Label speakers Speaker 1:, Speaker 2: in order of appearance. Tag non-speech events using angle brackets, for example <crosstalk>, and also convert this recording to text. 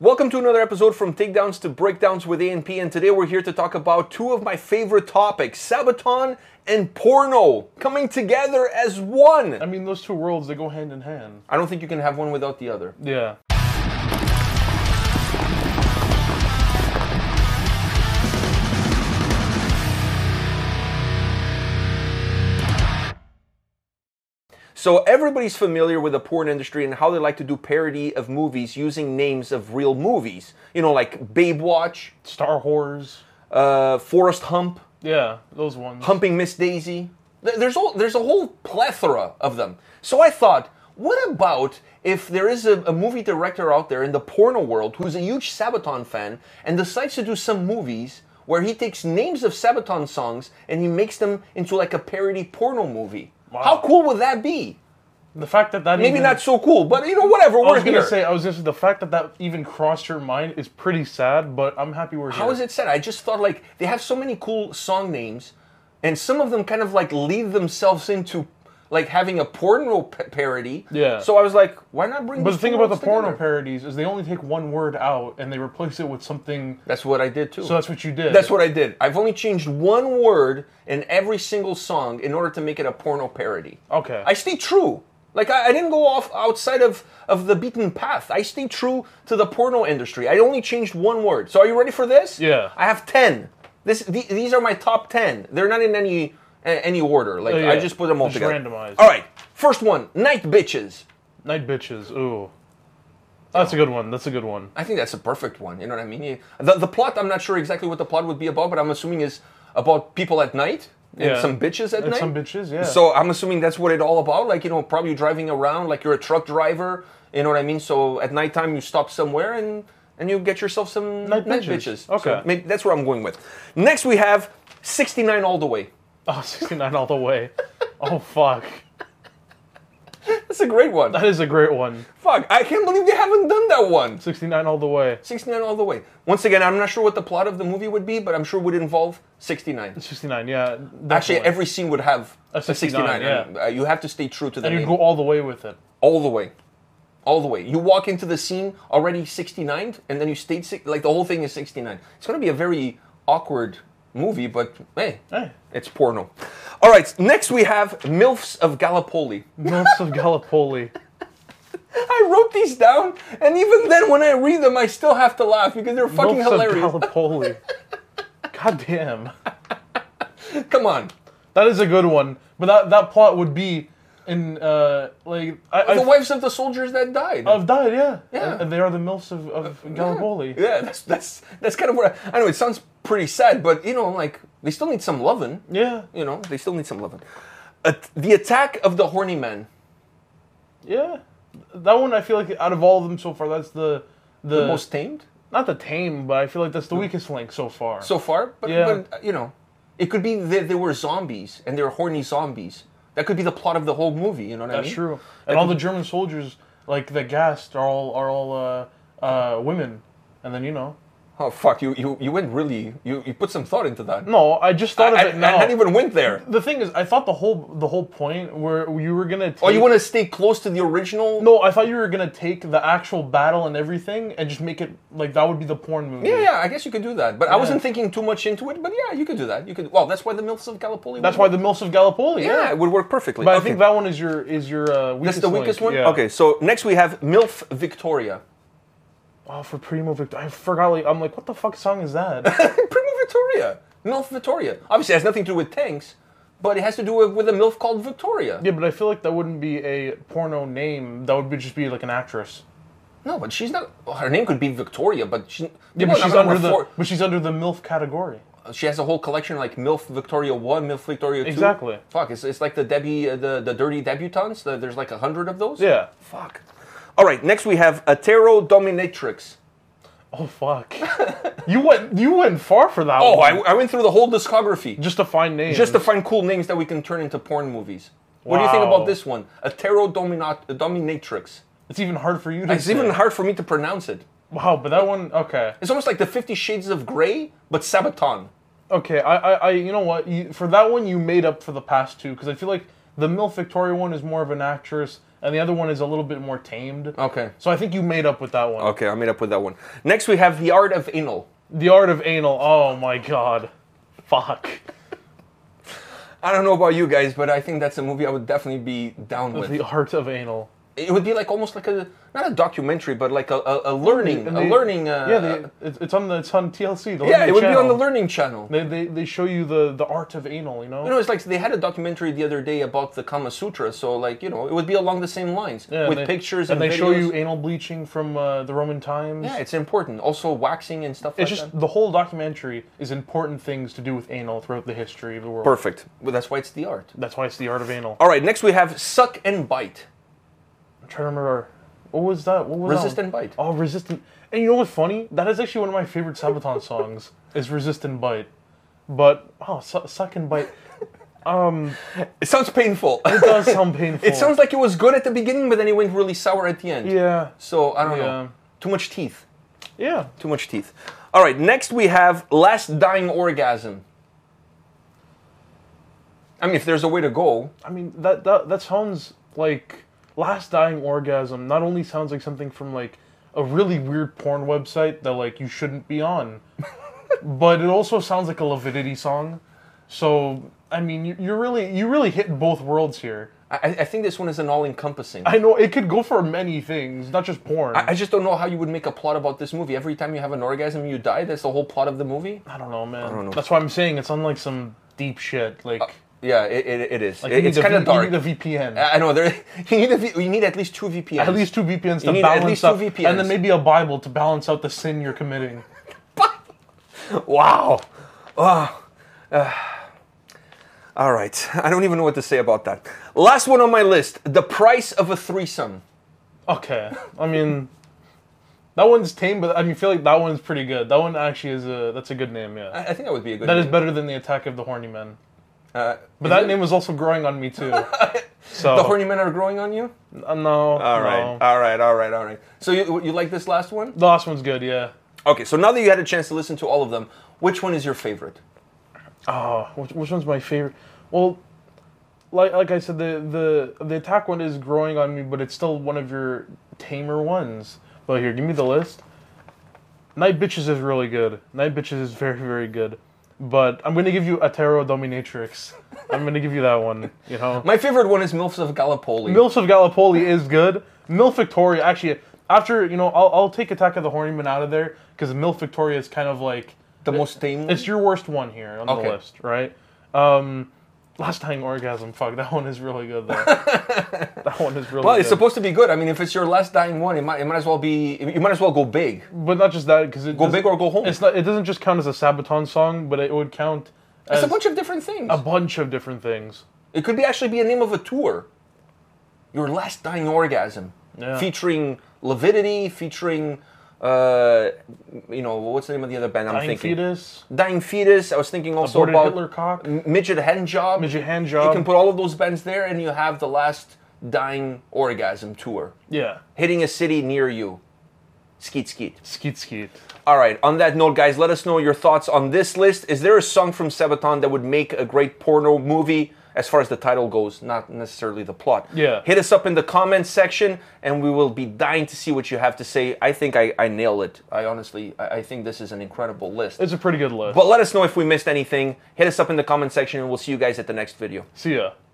Speaker 1: Welcome to another episode from Takedowns to Breakdowns with ANP, and today we're here to talk about two of my favorite topics Sabaton and porno coming together as one.
Speaker 2: I mean, those two worlds they go hand in hand.
Speaker 1: I don't think you can have one without the other.
Speaker 2: Yeah.
Speaker 1: So everybody's familiar with the porn industry and how they like to do parody of movies using names of real movies. You know, like Babe Watch,
Speaker 2: Star Wars.
Speaker 1: uh, Forrest Hump,
Speaker 2: Yeah, those ones.
Speaker 1: Humping Miss Daisy. Th- There's all, there's a whole plethora of them. So I thought, what about if there is a, a movie director out there in the porno world who's a huge Sabaton fan and decides to do some movies where he takes names of Sabaton songs and he makes them into like a parody porno movie? How cool would that be?
Speaker 2: the fact that that
Speaker 1: Maybe
Speaker 2: even,
Speaker 1: not so cool, but you know, whatever.
Speaker 2: Mm-hmm. I
Speaker 1: We're
Speaker 2: was
Speaker 1: here.
Speaker 2: gonna say, I was just the fact that that even crossed your mind is pretty sad, but I'm happy we're here.
Speaker 1: How is it said? I just thought like they have so many cool song names, and some of them kind of like lead themselves into like having a porno p- parody.
Speaker 2: Yeah.
Speaker 1: So I was like, why not bring?
Speaker 2: But the
Speaker 1: these
Speaker 2: thing
Speaker 1: two
Speaker 2: about the
Speaker 1: worlds together?
Speaker 2: porno parodies is they only take one word out and they replace it with something.
Speaker 1: That's what I did too.
Speaker 2: So that's what you did.
Speaker 1: That's what I did. I've only changed one word in every single song in order to make it a porno parody.
Speaker 2: Okay.
Speaker 1: I stay true. Like I, I didn't go off outside of, of the beaten path. I stay true to the porno industry. I only changed one word. So are you ready for this?
Speaker 2: Yeah.
Speaker 1: I have ten. This the, these are my top ten. They're not in any a- any order. Like
Speaker 2: Oh, yeah.
Speaker 1: I just put them all
Speaker 2: Just
Speaker 1: together.
Speaker 2: randomized.
Speaker 1: All right. First one, night bitches.
Speaker 2: Night bitches. Ooh. That's a good one. That's a good one.
Speaker 1: I think that's a perfect one. You know what I mean? You- The, the plot, I'm not sure exactly what the plot would be about, but I'm assuming is about people at night and
Speaker 2: Yeah.
Speaker 1: some bitches at
Speaker 2: And
Speaker 1: night.
Speaker 2: some bitches, yeah.
Speaker 1: So I'm assuming that's what it all about. Like you know, probably driving around like you're a truck driver. You know what I mean? So at nighttime you stop somewhere and and you get yourself some night,
Speaker 2: Night
Speaker 1: bitches.
Speaker 2: bitches.
Speaker 1: So
Speaker 2: Okay.
Speaker 1: maybe that's where I'm going with. Next we have 69 all the way.
Speaker 2: <laughs> Oh, 69 all the way. Oh fuck.
Speaker 1: That's a great one.
Speaker 2: That is a great one.
Speaker 1: Fuck, I can't believe they haven't done that one.
Speaker 2: 69 all the way.
Speaker 1: 69 all the way. Once again, I'm not sure what the plot of the movie would be, but I'm sure it would involve 69.
Speaker 2: 69. Yeah.
Speaker 1: Actually,
Speaker 2: definitely.
Speaker 1: every scene would have a 69.
Speaker 2: 69,
Speaker 1: and, uh, you have to stay true to the
Speaker 2: and
Speaker 1: name.
Speaker 2: you go all the way with it.
Speaker 1: all the way. All the way. You walk into the scene already 69, and then you stayed, six, like the whole thing is 69. It's going to be a very awkward movie, but hey,
Speaker 2: Hey.
Speaker 1: it's porno. All right, next we have MILFs of Gallipoli.
Speaker 2: Milfs of Gallipoli.
Speaker 1: I wrote these down, and even then when I read them, I still have to laugh because they're <laughs> fucking
Speaker 2: Milfs
Speaker 1: hilarious.
Speaker 2: of Gallipoli. God damn.
Speaker 1: Come on.
Speaker 2: That is a good one. But that, that plot would be in, uh, like, I,
Speaker 1: The
Speaker 2: I,
Speaker 1: wives of the soldiers that died.
Speaker 2: I've died, yeah.
Speaker 1: Yeah.
Speaker 2: And, and they are the MILFs of, of Gallipoli.
Speaker 1: Yeah, that's that's that's kind of what I, I know. It sounds pretty sad, but you know, like they still need some loving.
Speaker 2: Yeah.
Speaker 1: You know, they still need some loving. Uh, the attack of the horny man.
Speaker 2: Yeah. That one, I feel like out of all of them so far, that's the, the,
Speaker 1: most tamed
Speaker 2: not the tame, but I feel like that's the weakest link so far.
Speaker 1: so far. But,
Speaker 2: Yeah.
Speaker 1: but uh, you know, it could be that they were zombies and they were horny zombies. That could be the plot of the whole movie. You know what I mean?
Speaker 2: That's true. And all the German soldiers, like the gassed, are all are all uh, uh, women. And then you know,
Speaker 1: Oh fuck! You you, you went really you, you put some thought into that.
Speaker 2: no, I just thought
Speaker 1: I,
Speaker 2: of
Speaker 1: I,
Speaker 2: it now.
Speaker 1: I hadn't even went there.
Speaker 2: the thing is, I thought the whole the whole point where you were gonna. Take,
Speaker 1: Oh, you want to stay close to the original?
Speaker 2: No, I thought you were gonna take the actual battle and everything and just make it like that would be the porn movie.
Speaker 1: Yeah, yeah, I guess you could do that. But I wasn't thinking too much into it. But yeah, you could do that. You could. Well, that's why the milfs of Gallipoli.
Speaker 2: That's
Speaker 1: would
Speaker 2: why the Mills of
Speaker 1: work.
Speaker 2: Gallipoli. Yeah.
Speaker 1: Yeah, it would work perfectly.
Speaker 2: But I
Speaker 1: Okay.
Speaker 2: think that one is your is your uh, weakest.
Speaker 1: that's the weakest
Speaker 2: link,
Speaker 1: one.
Speaker 2: yeah.
Speaker 1: Okay, so next we have milf Victoria.
Speaker 2: Oh, for Primo Victor, I forgot. Like, I'm like, what the fuck song
Speaker 1: <laughs>
Speaker 2: is that?
Speaker 1: Prima Victoria, milf Victoria. Obviously, it has nothing to do with tanks, but it has to do with, with a milf called Victoria.
Speaker 2: yeah, but I feel like that wouldn't be a porno name. That would be just be like an actress.
Speaker 1: No, but she's not. well, her name could be Victoria, but she.
Speaker 2: Yeah,
Speaker 1: people
Speaker 2: but
Speaker 1: are
Speaker 2: she's
Speaker 1: not gonna
Speaker 2: under the
Speaker 1: afford-
Speaker 2: but she's under the MILF category.
Speaker 1: She has a whole collection like milf Victoria one, milf Victoria two.
Speaker 2: Exactly.
Speaker 1: Fuck, it's, it's like the Debbie, uh, the the dirty debutantes. The, there's like a hundred of those.
Speaker 2: Yeah.
Speaker 1: Fuck. All right, next we have Atero Dominatrix. <laughs>
Speaker 2: Oh fuck. you went you went far for that
Speaker 1: Oh,
Speaker 2: one.
Speaker 1: I, I went through the whole discography
Speaker 2: just to find names.
Speaker 1: just to find cool names that we can turn into porn movies. What do you think
Speaker 2: Wow.
Speaker 1: about this one? Atero Dominat- Dominatrix.
Speaker 2: it's even hard for you to.
Speaker 1: It's
Speaker 2: say.
Speaker 1: even hard for me to pronounce it.
Speaker 2: Wow, but that one. Okay.
Speaker 1: It's almost like the Fifty Shades of Grey, but Sabaton.
Speaker 2: Okay. I I, I you know what? You, for that one, you made up for the past two because I feel like the MILF Victoria one is more of an actress. and the other one is a little bit more tamed.
Speaker 1: Okay.
Speaker 2: So I think you made up with that one.
Speaker 1: Oh. Okay, I made up with that one. Next, we have The Art of Anal.
Speaker 2: The Art of Anal. Oh my god. Fuck.
Speaker 1: I don't know about you guys, but I think that's a movie I would definitely be down with.
Speaker 2: The Art of Anal.
Speaker 1: It would be like almost like a not a documentary, but like a, a, a learning,
Speaker 2: And
Speaker 1: a
Speaker 2: they-
Speaker 1: learning. Uh,
Speaker 2: yeah, they, it's, it's on the it's on TLC. The
Speaker 1: yeah,
Speaker 2: Learning
Speaker 1: it would be on
Speaker 2: Channel.
Speaker 1: the learning channel.
Speaker 2: They, they they show you the the art of anal. You know.
Speaker 1: You know, it's like they had a documentary the other day about the Kama Sutra, so like you know, it would be along the same lines
Speaker 2: Yeah, and
Speaker 1: with
Speaker 2: they-
Speaker 1: pictures
Speaker 2: and
Speaker 1: and,
Speaker 2: they show
Speaker 1: videos.
Speaker 2: you anal bleaching from uh, the Roman times.
Speaker 1: Yeah, it's important. Also waxing and stuff
Speaker 2: It's
Speaker 1: like
Speaker 2: just
Speaker 1: that.
Speaker 2: the whole documentary is important things to do with anal throughout the history of the world.
Speaker 1: Perfect. Well, that's why it's the art.
Speaker 2: That's why it's the art of anal.
Speaker 1: All right, next we have suck and bite.
Speaker 2: I'm trying to remember. What was that? What was that one?
Speaker 1: Resist and Bite.
Speaker 2: Oh, resistant. And you know what's funny? That is actually one of my favorite Sabaton <laughs> songs. Is resist and bite, but oh, su- suck and bite
Speaker 1: It sounds painful. <laughs>
Speaker 2: does sound painful.
Speaker 1: it sounds like it was good at the beginning, but then it went really sour at the end.
Speaker 2: yeah,
Speaker 1: So I don't
Speaker 2: Yeah.
Speaker 1: know. Too much teeth.
Speaker 2: yeah.
Speaker 1: Too much teeth. All right, next we have last dying orgasm. I mean, if there's a way to go,
Speaker 2: I mean that that that sounds like last dying orgasm. Not only sounds like something from like a really weird porn website that like you shouldn't be
Speaker 1: <laughs>
Speaker 2: on, but it also sounds like a Leviticity song. So I mean, you, you're really you really hit both worlds here.
Speaker 1: I, I- I think this one is an all-encompassing.
Speaker 2: I know it could go for many things, not just porn.
Speaker 1: I just don't know how you would make a plot about this movie. Every time you have an orgasm, you die. That's the whole plot of the movie.
Speaker 2: I don't know, man. That's why I'm saying it's on like some deep shit. Like,
Speaker 1: Yeah, it, it, it is.
Speaker 2: you
Speaker 1: It-
Speaker 2: need
Speaker 1: Uh, it's
Speaker 2: a
Speaker 1: kind of
Speaker 2: V-
Speaker 1: dark. Uh,
Speaker 2: You need a VPN.
Speaker 1: I I know. There, <laughs> you need a v, you need at least two VPNs.
Speaker 2: at least two VPNs to
Speaker 1: need at
Speaker 2: balance
Speaker 1: least two
Speaker 2: out,
Speaker 1: VPNs.
Speaker 2: and then maybe a Bible to balance out the sin you're committing.
Speaker 1: Wow. Ah. Ah. all right. I don't even know what to say about that. Last one on my list: the price of a threesome.
Speaker 2: Okay, I mean, that one's tame, but I mean, feel like that one's pretty good. That one actually is a that's a good name, yeah.
Speaker 1: I, I think that would be a good.
Speaker 2: That is
Speaker 1: name.
Speaker 2: better than the Attack of the Horny Men.
Speaker 1: Uh,
Speaker 2: But that name was also growing on
Speaker 1: <laughs>
Speaker 2: me too. So
Speaker 1: the horny men are growing on you.
Speaker 2: uh, no,
Speaker 1: Oh. All right. All right. All right. All right. So you you like this last one?
Speaker 2: The last one's good, yeah.
Speaker 1: Okay. So now that you had a chance to listen to all of them, which one is your favorite?
Speaker 2: Oh, which, which one's my favorite? Well, like like I said, the the the attack one is growing on me, but it's still one of your tamer ones. But here, give me the list. Night bitches is really good. Night bitches is <laughs> very very good. But I'm gonna give you Atero Dominatrix. <laughs> I'm gonna give you that one. You know,
Speaker 1: My favorite one is MILFs of Gallipoli.
Speaker 2: MILF of Gallipoli is good. MILF Victoria actually. After you know, I'll, I'll take Attack of the Horny Men out of there because MILF Victoria is kind of like
Speaker 1: the most tame. one?
Speaker 2: it's your worst one here on
Speaker 1: Okay.
Speaker 2: the list, right? Um, last dying orgasm. Fuck, that one is really good
Speaker 1: <laughs>
Speaker 2: though. that one is really
Speaker 1: Well,
Speaker 2: good.
Speaker 1: it's supposed to be good. I mean, if it's your last dying one, it might, it might as well be. You might as well go big.
Speaker 2: but not just that because it
Speaker 1: Go big or go home.
Speaker 2: It's not. It doesn't just count as a Sabaton song, but it would count
Speaker 1: It's
Speaker 2: as
Speaker 1: a bunch of different things.
Speaker 2: a bunch of different things.
Speaker 1: It could be actually be a name of a tour. Your last dying orgasm,
Speaker 2: Yeah.
Speaker 1: featuring Levidity, featuring, uh, you know, what's the name of the other band? I'm
Speaker 2: Dying
Speaker 1: thinking
Speaker 2: fetus,
Speaker 1: Dying Fetus. I was thinking also
Speaker 2: aborted
Speaker 1: about
Speaker 2: Hitler cock,
Speaker 1: M- Midget Hand Job.
Speaker 2: midget hand
Speaker 1: You
Speaker 2: job.
Speaker 1: can put all of those bands there, and you have the last dying orgasm tour
Speaker 2: yeah,
Speaker 1: hitting a city near you. Skeet skeet.
Speaker 2: skeet skeet.
Speaker 1: All right. On that note, guys, let us know your thoughts on this list. Is there a song from Sabaton that would make a great porno movie? As far as the title goes, not necessarily the plot.
Speaker 2: Yeah.
Speaker 1: Hit us up in the comments section, and we will be dying to see what you have to say. I think I, I nail it. I honestly, I, I think this is an incredible list.
Speaker 2: It's a pretty good list.
Speaker 1: but let us know if we missed anything. Hit us up in the comment section, and we'll see you guys at the next video.
Speaker 2: See ya.